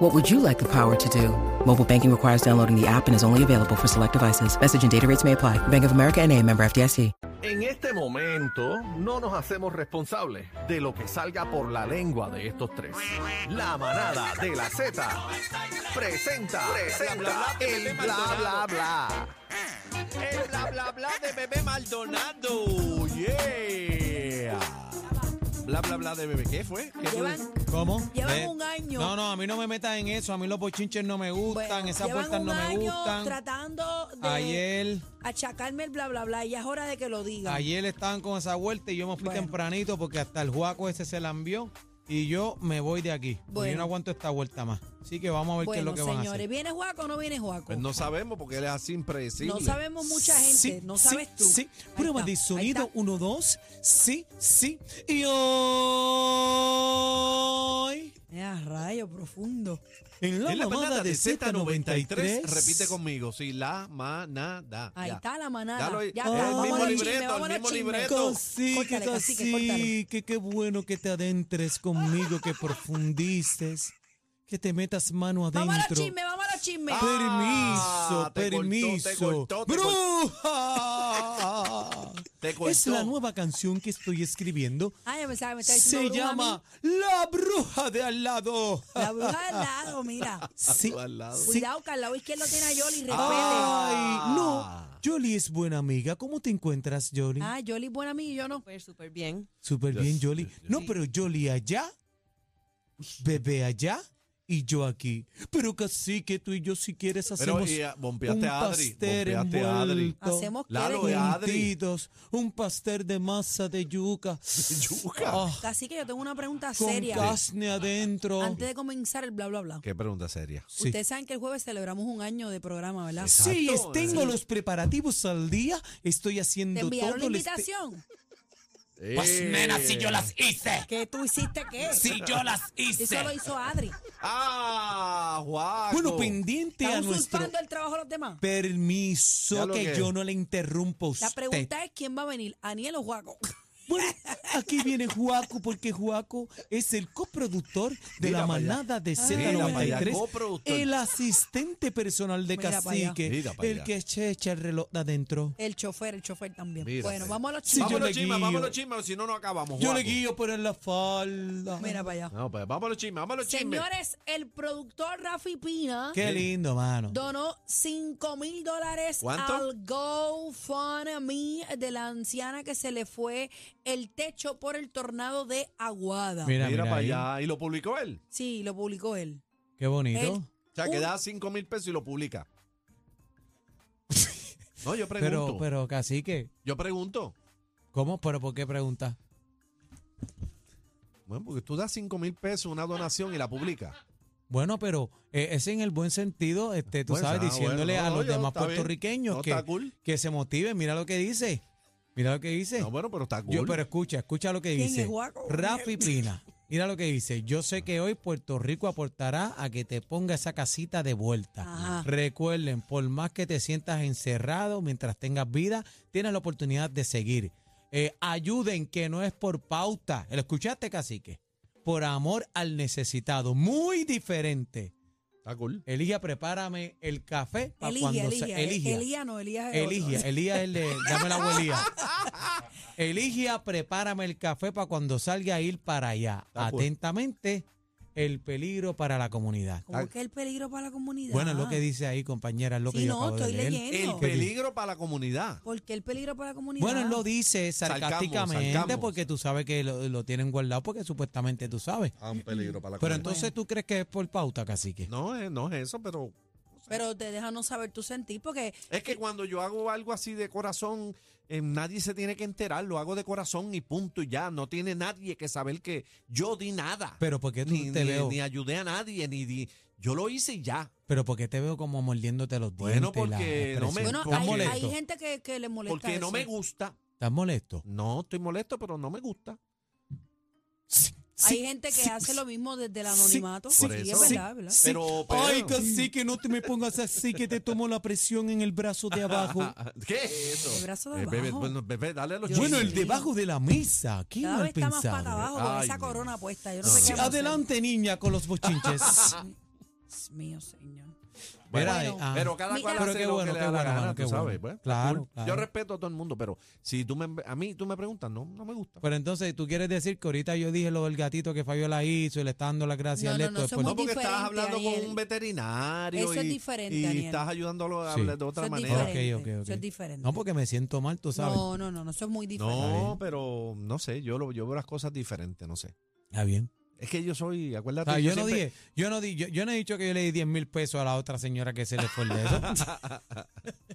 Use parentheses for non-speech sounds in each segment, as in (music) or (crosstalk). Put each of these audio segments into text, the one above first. What would you like the power to do? Mobile banking requires downloading the app and is only available for select devices. Message and data rates may apply. Bank of America and a member FDIC. En este momento no nos hacemos responsables de lo que salga por la lengua de estos tres. La manada de la Z presenta, presenta el bla bla bla. El bla bla bla de bebé Maldonado. Yeah. Bla bla bla de bebé. ¿Qué fue? ¿Qué Llevan- fue? ¿Cómo? Llevan un año. No, no, a mí no me metas en eso. A mí los bochinches no me gustan, Bueno, esas llevan puertas un no me año gustan. tratando de Ayer, achacarme el bla bla bla y ya es hora de que lo diga. ayer estaban con esa vuelta y yo me fui Bueno. tempranito porque hasta el juaco ese se la envió y yo me voy de aquí. porque Bueno. Yo no aguanto esta vuelta más. Así que vamos a ver qué es bueno, lo que van a señores, hacer. ¿viene Juaco o no viene Juaco? Pues no sabemos porque él es así impredecible. No sabemos mucha gente, Sí, no sí, sabes tú. Sí, Ahí prueba está, de ahí sonido está. 1, 2. Sí, sí. Y hoy. Eh, a rayo profundo. En la, Es la manada de Z93. Repite conmigo. conmigo. Sí, la manada. Ahí Ya. está la manada. Dalo ahí. Ya Es está, el vámonos mismo al chisme, libreto, el vámonos al mismo chisme. libreto. Cacique, Córtale, cacique, córtale. cacique, qué bueno que te adentres conmigo, que profundices, que te metas mano Vamos a los adentro. chismes, vamos a los chismes. Permiso, Ah, te cortó, te permiso. cortó, te ¡Bruja! Te Es la cortó. nueva canción que estoy escribiendo. Ay, yo pensaba que me estaba diciendo Se bruja a mí. llama La Bruja de al lado. La bruja al lado, (laughs) mira. Sí, Al lado. sí. Cuidado, que al lado izquierdo tiene a Yoli, respete. Ay, Ah. no. Jolie es buena amiga. ¿Cómo te encuentras, Jolie? Ah, Yoli es buena amiga y yo no. Súper, súper bien. Súper Yes, bien, Jolly. yes, yes. No, pero Jolly allá, bebé allá y yo aquí. Pero casi que tú y yo si quieres Pero hacemos y, ah, bombeaste un a pastel Adri. Bombeaste a Adri. envuelto. Hacemos que Lalo de- es Adri. Juntitos, un pastel de masa de (laughs) yuca. Yuca. Ah, Así que yo tengo una pregunta con seria. carne adentro. Antes de comenzar el bla bla bla. Qué pregunta seria. Sí. Ustedes saben que el jueves celebramos un año de programa, ¿verdad? Sí, Exacto, tengo eh. los preparativos al día. Estoy ¿Te haciendo enviaron la todo. este- les- invitación? Pues nena, si yo las hice. ¿Qué tú hiciste qué? Si yo las Eso lo hizo Adri. Ah, Juan. Bueno, pues pendiente ¿Estás a nuestro usurpando el trabajo de los demás? Ya Permiso lo que, que- yo no le interrumpo a usted. La pregunta es quién va a venir, Aniel o Juaco. Bueno, aquí viene Juaco porque Juaco es el coproductor de Mira la pa' allá. manada de Mira pa' allá, Z93, coproductor. el asistente personal de Mira pa' allá. Cacique, Mira pa' allá. el que echa echa el reloj de adentro. El chofer, el chofer también. Mira, bueno, sí. vamos a los Sí, yo chismes. vámonos, le chismes, guío. vámonos, chismes, o si no, no acabamos. Yo le Juaco. guío por en la falda. Mira para allá. No, pues vámonos, chismes, vámonos, chismes. Señores, el productor Rafi Pina Qué lindo, mano. donó 5 mil dólares ¿Cuánto? al GoFundMe de la anciana que se le fue el techo por el tornado de Aguada. Mira, Mira, para ahí. allá. Y lo publicó él. Sí, lo publicó él. Qué bonito. Él- O sea, que Uh. Un- da 5 mil pesos y (laughs) lo publica. No, yo pregunto. Pero, pero, Cacique, Yo pregunto. ¿cómo? ¿Pero por qué pregunta? Bueno, porque tú das 5 mil pesos una donación y la publica. Bueno, pero eh, es en el buen sentido, este, tú Pues, sabes, ah, diciéndole bueno, a no, los yo- demás está bien. puertorriqueños No, que, está cool. que se motiven. Mira lo que dice. Mira lo que dice. No, bueno, pero está cool. Eh. Yo, pero escucha, escucha lo que ¿Quién dice. es guaco? Rafi (laughs) Pina. Mira lo que dice. Yo sé que hoy Puerto Rico aportará a que te ponga esa casita de vuelta. Ajá. Recuerden, por más que te sientas encerrado, mientras tengas vida, tienes la oportunidad de seguir. Eh, ayuden, que no es por pauta. ¿Lo escuchaste, cacique? Por amor al necesitado. Muy diferente. Está cool. Eligia, prepárame el café para Elías, cuando Elías. se. Eligia. Elías no, Elías es otro. Eligia, Elías es el de. Dame la abuelía. (laughs) Eligia, prepárame el café para cuando salga a ir para allá. Está cool. Atentamente, el peligro para la comunidad. ¿Cómo que el peligro para la comunidad? Bueno, es lo que dice ahí, compañera, es lo que Sí, yo no, acabo de estoy leer. leyendo. El peligro para la comunidad. ¿Por qué el peligro para la comunidad? Bueno, él lo dice Salcamos, sarcásticamente salcamos. porque tú sabes que lo, lo tienen guardado porque supuestamente tú sabes. Ah, un peligro para la Pero entonces tú crees que es por pauta, cacique. No, eh, no es eso, pero Pero te deja no saber tu sentir porque es que cuando yo hago algo así de corazón, eh, nadie se tiene que enterar. Lo hago de corazón y punto y ya. No tiene nadie que saber que yo di nada. Pero porque tú ni, te ni- veo, ni ayudé a nadie, ni di. Yo lo hice y ya. pero porque te veo como mordiéndote los Bueno, dientes. y la porque no me- expresión. bueno, ¿Por ¿Estás hay, Pues, qué? molesto? hay gente que, que le molesta Porque no eso. me gusta. ¿Estás molesto? No, estoy molesto, pero no me gusta. Hay gente que hace lo mismo desde el anonimato. sí, Sí, por es eso. verdad, es verdad. Sí. Pero, pero- Ay, cacique, no te me pongas así que te tomo la presión en el brazo de (laughs) abajo. Ah, ¿Qué es eso? El brazo de Eh, bebé, abajo. bueno, bebé, dale a los Yo bueno, sí. el debajo de la mesa. Qué Cada vez mal está más para pensado. abajo con Ay, esa Dios. corona puesta. Yo no Sí, sé qué vamos a hacer. adelante, niña, con los (laughs) bochinches. Dios mío, señor. Bueno, Mira, eh, ah. pero cada Mira. cual Pero hace qué lo bueno, que qué le da la bueno, gana, mano, qué pues, tú sabes, bueno. pues, está Claro, cool. claro. Yo respeto a todo el mundo, pero si tú me, a mí tú me preguntas, no, no me gusta. Pero entonces, ¿tú quieres decir que ahorita yo dije lo del gatito que Fabiola hizo y le está dando las gracias No, a no, Leto no, después? somos no? No, porque estabas diferente, hablando Daniel. con un veterinario Eso es y, diferente, y Daniel. estás ayudándolo a Sí. hablar de Eso otra es manera. diferente. diferente. Ok, ok, ok. Eso es diferente. No, porque me siento mal, tú sabes. No, no, no, no, eso es muy diferente. No, pero no sé, yo, lo, yo veo las cosas diferentes, no sé. Está bien. Es que yo soy, O acuérdate. sea, Ah, yo, no siempre- dije, yo, no di, yo, yo no he dicho que yo le di 10 mil pesos a la otra señora que se le fue el dedo. (laughs)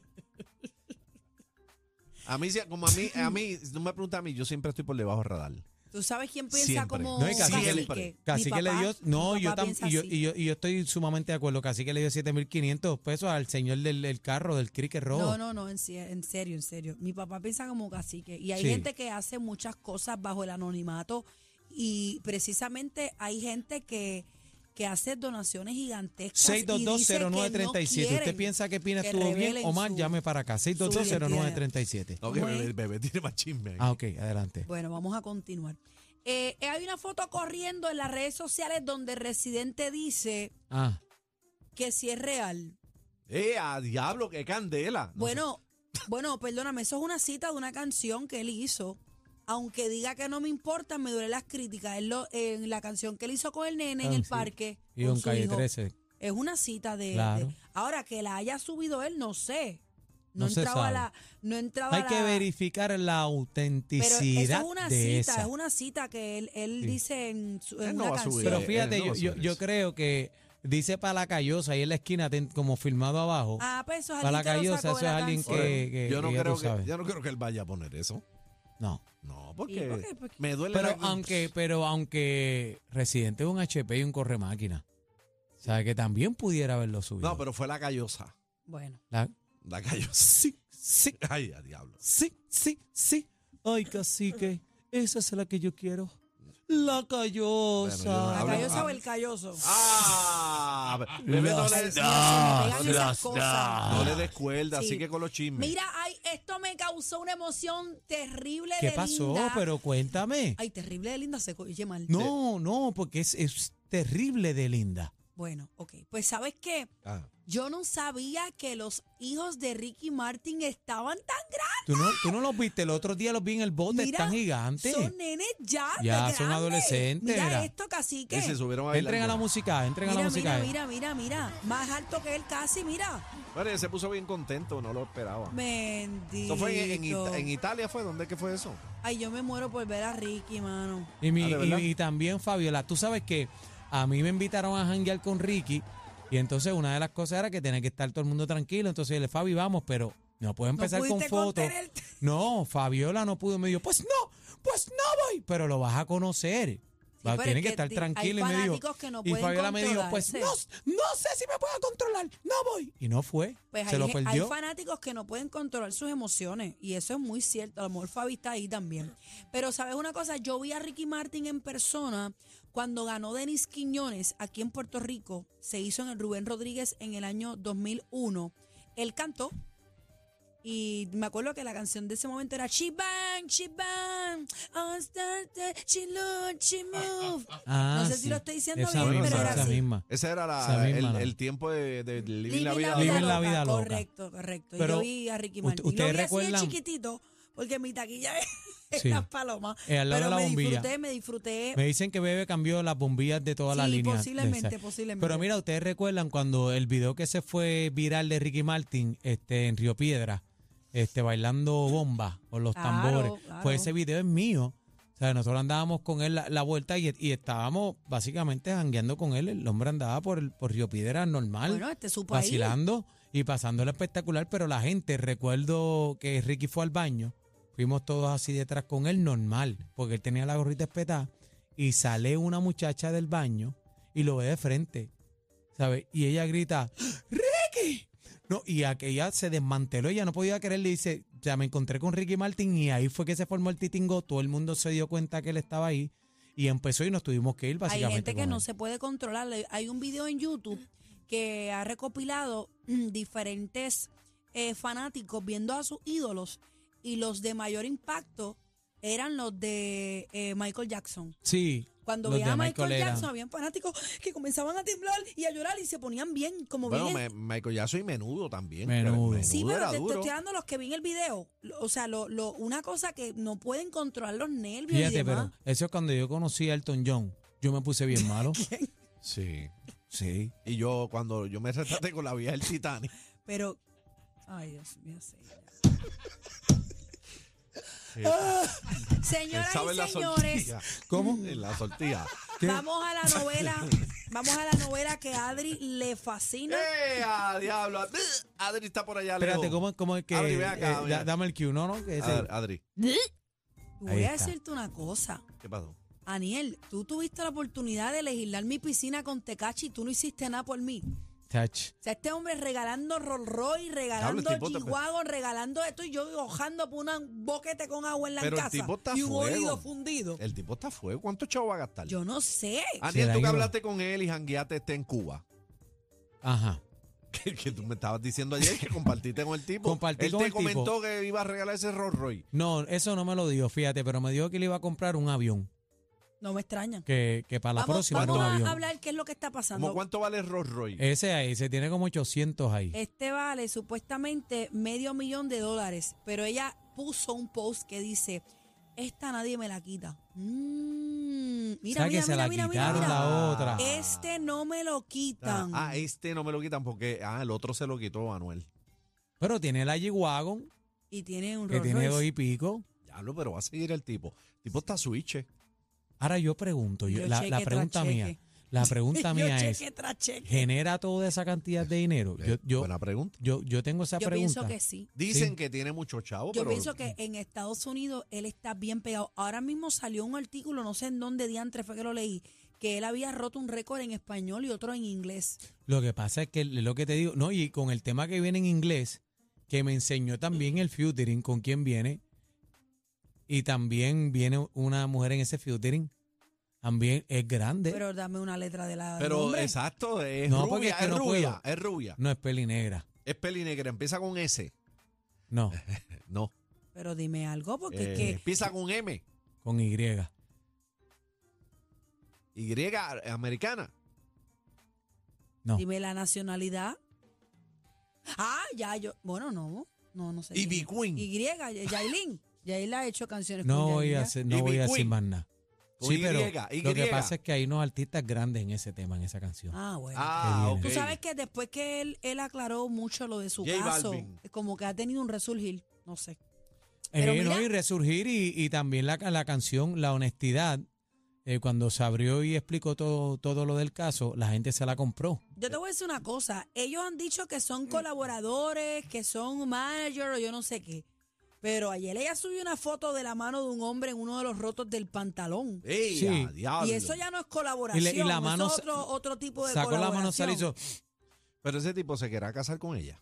A mí, sí, como a mí, a mí, si tú me preguntas a mí, yo siempre estoy por debajo del radar. ¿Tú sabes quién piensa Siempre. como No, y casi que- cacique? Casi Mi que le papá- dio. No, mi yo papá también. piensa Y yo, así. y, yo, y yo estoy sumamente de acuerdo. Casi que le dio 7.500 pesos al señor del, del carro, del cricket rojo. No, no, no, en, se- en serio, en serio. Mi papá piensa como cacique. Y hay Sí. gente que hace muchas cosas bajo el anonimato. Y precisamente hay gente que, que hace donaciones gigantescas. y dice que no 6220937. quieren ¿Usted piensa que Pina que estuvo bien? revelen Omar, su- llame para acá. No, 6220937. que ¿Cómo es? bebé, bebé tiene más chisme. ahí. Ah, ok, adelante. Bueno, vamos a continuar. Eh, eh, hay una foto corriendo en las redes sociales donde el residente dice Ah, que si es real. Eh, a diablo, qué candela. No sé. Bueno, bueno, perdóname, eso es una cita de una canción que él hizo. Aunque diga que no me importa, me duele las críticas. Él lo- en la canción que él hizo con el nene en Ah, el sí. parque. y con un su calle hijo, 13. Es una cita de, Claro. de- Ahora, que la haya subido él, no sé. No, No se entraba sabe. la. No entraba Hay que la- verificar la Pero eso autenticidad es una de cita, esa. es una cita que él, él Sí. dice en, su, en Él no una va a canción. subir. Pero Sí, fíjate, él no yo, va a yo, hacer yo eso. creo que dice para la callosa ahí en la esquina, ten- como filmado abajo. Ah, pues eso es Para alguien que lo Cayo, sacó de eso es la alguien canción. que- que- yo no que ya tú creo que, sabes. yo no creo que él vaya a poner eso. No. No, Sí, porque ¿por qué? Porque- me duele Pero la- aunque, pero aunque Residente es un HP y un corre máquina. O sea, que también pudiera haberlo subido. No, pero fue la callosa. Bueno, La- La callosa. sí, sí, Ay, a diablo. sí, sí, sí. Ay, cacique, esa es la que yo quiero. La Bueno, callosa. ¿la Habla- callosa o habla- el calloso? Ah, bebé, Ay, no le, Dios mío, se me pegan esas cosas. no le des cuerda, Sí. así que con los chismes. Mira, ay, esto me causó una emoción terrible ¿Qué de pasó? linda. Pero cuéntame. Ay, terrible de linda, se oye mal. No, no, porque es, es terrible de linda. Bueno, ok. Pues, ¿sabes qué? Ah. Yo no sabía que los hijos de Ricky Martin estaban tan grandes. ¿Tú no, tú no los viste, el otro día los vi en el bote, Mira, están gigantes. Son nenes ya. de Ya, son grandes. adolescentes, Mira, mira. esto, cacique. Y se subieron a bailar. Entren a la música, entren a la Mira, música. eh. mira, mira, mira, mira. Más alto que él casi, mira. Bueno, ella se puso bien contento, no lo esperaba. Bendito. Eso fue en, en Ita- en Italia, ¿fue? ¿Dónde que fue eso? Ay, yo me muero por ver a Ricky, mano. Y, mi- Ah, ¿de y- verdad? y también Fabiola, tú sabes que a mí me invitaron a janguear con Ricky y entonces una de las cosas era que tenía que estar todo el mundo tranquilo. Entonces yo le Fabi, vamos, pero no puedo empezar con pudiste fotos. contenerte. No, Fabiola no pudo. Me dijo, pues no, pues no voy, pero lo vas a conocer. Sí, Va, pero tiene es que que estar di- tranquilo. hay y me dijo, fanáticos que no y pueden Fabiola me dijo, pues no, controlarse. no sé si me puedo controlar, no voy. Y no fue, Pues se hay, lo gen- hay perdió. fanáticos que no pueden controlar sus emociones y eso es muy cierto. A lo mejor Fabi está ahí también. Pero sabes una cosa, yo vi a Ricky Martin en persona cuando ganó Denis Quiñones aquí en Puerto Rico. Se hizo en el Rubén Rodríguez en el año 2001. Él cantó y me acuerdo que la canción de ese momento era She Bang, She Bang, I'll start the- She Look, She Move. Ah, no sé si sí. lo estoy diciendo Esa bien, misma, pero era esa así. misma. Esa era la- Esa misma, el, la- el tiempo de, de, de Living Living la la vida, vida. Living loca. la vida loca. Correcto, correcto. Pero, yo vi a Ricky ¿usted- Martin. ustedes lo vi recuerdan? así de chiquitito, porque mi taquilla es (laughs) Sí. las palomas. Eh, al lado pero de la me bombilla. disfruté, me disfruté. Me dicen que Bebe cambió las bombillas de toda la Sí, línea. de posiblemente, esa. posiblemente. Pero mira, ustedes recuerdan cuando el video que se fue viral de Ricky Martin este, en Río Piedra, este, bailando bomba con los Claro, tambores. claro. Pues ese video es mío. O sea, nosotros andábamos con él la, la vuelta y, y estábamos básicamente jangueando con él. El hombre andaba por, el- por Río Piedra normal bueno, este es su país. vacilando y pasándola espectacular, pero la gente, recuerdo que Ricky fue al baño, fuimos todos así detrás con él, normal, porque él tenía la gorrita espetada, y sale una muchacha del baño y lo ve de frente, ¿sabes? Y ella grita, ¡Ricky! No, y aquella se desmanteló, ella no podía creerle, dice, ya me encontré con Ricky Martin y ahí fue que se formó el titingo, todo el mundo se dio cuenta que él estaba ahí y empezó y nos tuvimos que ir Hay básicamente. gente que con no él. se puede controlar. Le- Hay un video en YouTube que ha recopilado mm, diferentes eh, fanáticos viendo a sus ídolos y los de mayor impacto eran los de eh, Michael Jackson. Sí. Cuando los veía a de Michael era- Jackson, habían fanáticos que comenzaban a temblar y a llorar y se ponían bien, como Bueno, bien me, Michael Jackson y menudo también. Menudo. Sí, pero era te, te duro. estoy dando los que vi en el video. Lo- O sea, lo, lo- una cosa que no pueden controlar los nervios y Fíjate, demás. pero eso es cuando yo conocí a Elton John, yo me puse (laughs) bien malo. Sí. sí. Y yo cuando yo me retraté con la vieja del Titanic. Pero, ay, Dios mío, señor. Ah, Señoras sabe y señores, ¿Cómo? En la sortija. ¿Qué? vamos a la novela, vamos a la novela que a Adri le fascina. ¡Eh, a diablo! Adri está por allá, Leo. Espérate, ¿cómo, cómo es que...? Abri, ven acá, eh, mira. da- dame el cue, no, no, que ese- Ad- Adri, Voy a está. decirte una cosa. ¿qué pasó? Aniel, tú tuviste la oportunidad de legislar mi piscina con Tecachi y tú no hiciste nada por mí. Touch. O sea, este hombre regalando Rolls Royce, regalando tipo te- G-Wagon, regalando esto y yo hojando por un boquete con agua en la Pero el casa. tipo está y un fuego. oído fundido. El tipo está a fuego. ¿Cuánto chavo va a gastar? Yo no sé. Se Aniel, la tú que iba. hablaste con él y jangueaste este en Cuba. (laughs) Ajá. Que, que tú me estabas diciendo ayer que compartiste con el tipo. Compartí él con te el tipo. comentó que iba a regalar ese Rolls Royce. No, eso no me lo dio, fíjate, pero me dijo que le iba a comprar un avión, No me extraña. que, que para la vamos próxima vamos era un a avión. hablar qué es lo que está ¿Cómo pasando. cuánto vale el Rolls Royce? Ese ahí, se tiene como 800 ahí. Este vale supuestamente medio millón de dólares, pero ella puso un post que dice, esta nadie me la quita. Mm, mira, ¿Sabes que mira, se mira, la mira, mira, quitaron mira. la otra? Este no me lo Ah, quitan. ah, este no me lo quitan porque ah, el otro se lo quitó Manuel. Pero tiene la G-Wagon, y tiene un que Rolls tiene Royce. (laughs) dos y pico. Diablo, pero va a seguir el tipo. El tipo está switch. eh. Ahora yo pregunto, yo- Yo la, cheque la tras pregunta mía, cheque. la pregunta (laughs) Yo mía es, cheque tras cheque. ¿genera toda esa cantidad de dinero? Yo, Eh, yo, Buena pregunta. yo, yo tengo esa Yo pregunta. pienso que sí. Dicen Sí. que tiene mucho chavo, Yo Oh, pero pienso que en Estados Unidos él está bien pegado. Ahora mismo salió un artículo, no sé en dónde diantre fue que lo leí, que él había roto un récord en español y otro en inglés. Lo que pasa es que es lo que te digo, no, y con el tema que viene en inglés, que me enseñó también el featuring con quién viene, y también viene una mujer en ese featuring, también es grande, Pero dame una letra de la. pero nombre. exacto, es No, porque rubia, es que es, no rubia puedo. es rubia, no es peli negra, es pelinegra, empieza con S. (laughs) no, No, Pero dime algo, porque eh, es que. empieza con M, con Y. Y americana. no. Dime la nacionalidad. Ah, ya, yo. Bueno, no. No, no sé. Y quién es. Queen. Y, Yailin. Yailin ha hecho canciones No con voy a Yailin, ¿ya? hacer, no voy a decir Queen. más nada. Con Sí, Y, pero Y. lo que pasa es que hay unos artistas grandes en ese tema, en esa canción. Ah, bueno. Ah, que ok. Tú sabes que después que él, él aclaró mucho lo de su J caso, Balvin. como que ha tenido un resurgir, no sé. Eh, Pero no, mira- y resurgir y, y también la, la canción La Honestidad, eh, cuando se abrió y explicó todo, todo lo del caso, la gente se la compró. Yo te voy a decir una cosa, ellos han dicho que son colaboradores, que son manager o yo no sé qué, pero ayer ella subió una foto de la mano de un hombre en uno de los rotos del pantalón. Ey, Sí. a diablo. Y eso ya no es colaboración, Y le- y la mano es sa- otro, otro tipo de Sacó la mano, se colaboración. la hizo. Pero ese tipo se querrá casar con ella.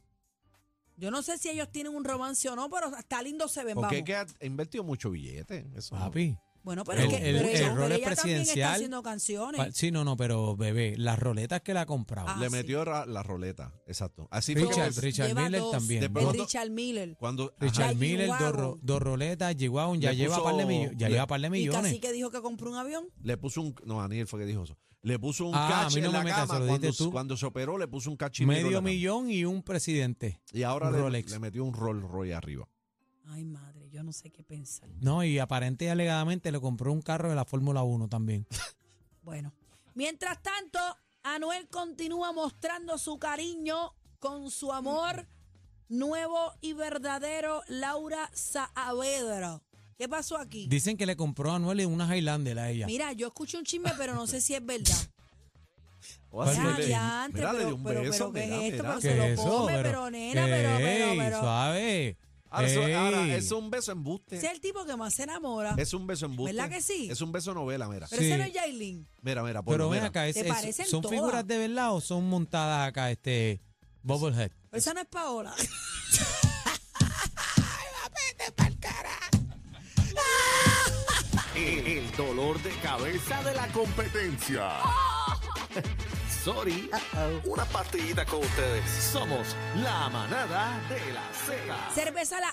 Yo no sé si ellos tienen un romance o no, pero hasta lindo se ven, Porque vamos. es que ha invertido mucho billete. Eso no- Papi. Bueno, pero, el- es que, el- pero el ella- rol pero ella es también está presidencial. haciendo canciones. pa- Sí, no, no, pero bebé, las roletas que la ha comprado. Ah, Le sí. metió ra- la roleta. Exacto. Así fue Richard, como- Richard Lleva Miller dos. también. De dos- de pronto- Richard Miller. cuando Richard Ajá. Miller, dos, Yayiwago. ro- dos roletas, G-Wagon, ya, Le lleva puso- par de millo- ya le- lleva par de Y millones. casi que dijo que compró un avión. le puso un no Daniel fue que dijo eso. Le puso un Ah, a cache mí no en me la metas, se cama lo dijiste cuando, tú. cuando se operó le puso un cachimiro en la Medio cama. millón y un presidente. y ahora un le, Rolex. le metió un Rolls Royce arriba. Ay, madre, yo no sé qué pensar. No, y aparente y alegadamente le compró un carro de la Fórmula 1 también. Bueno, mientras tanto, Anuel continúa mostrando su cariño con su amor nuevo y verdadero, Laura Saavedra. ¿Qué pasó aquí? Dicen que le compró a Anuel una Highlander a ella. Mira, yo escuché un chisme, pero no sé si es (laughs) verdad. O Pues así Ya, le- ya, antes, mira, le dio pero, un pero, beso, pero, ¿qué mira, es esto? mira. Pero se lo come, Pero- pero nena, pero, ey, pero, pero. suave. Ahora, Ah, eso- ahora, Ey. es un beso embuste. Ese es el tipo que más se enamora. Es un beso embuste. ¿Verdad que sí? Es un beso novela, mira. Pero Sí. ese no es Yailin. Mira, mira, por Pero ven mira. acá, es- Te es- parecen ¿son todas. figuras de verdad o son montadas acá este Bubblehead? Esa no es Paola. (laughs) El, el dolor de cabeza de la competencia. (laughs) Sorry. Una pastillita con ustedes. Somos la manada de la Z. Cerveza la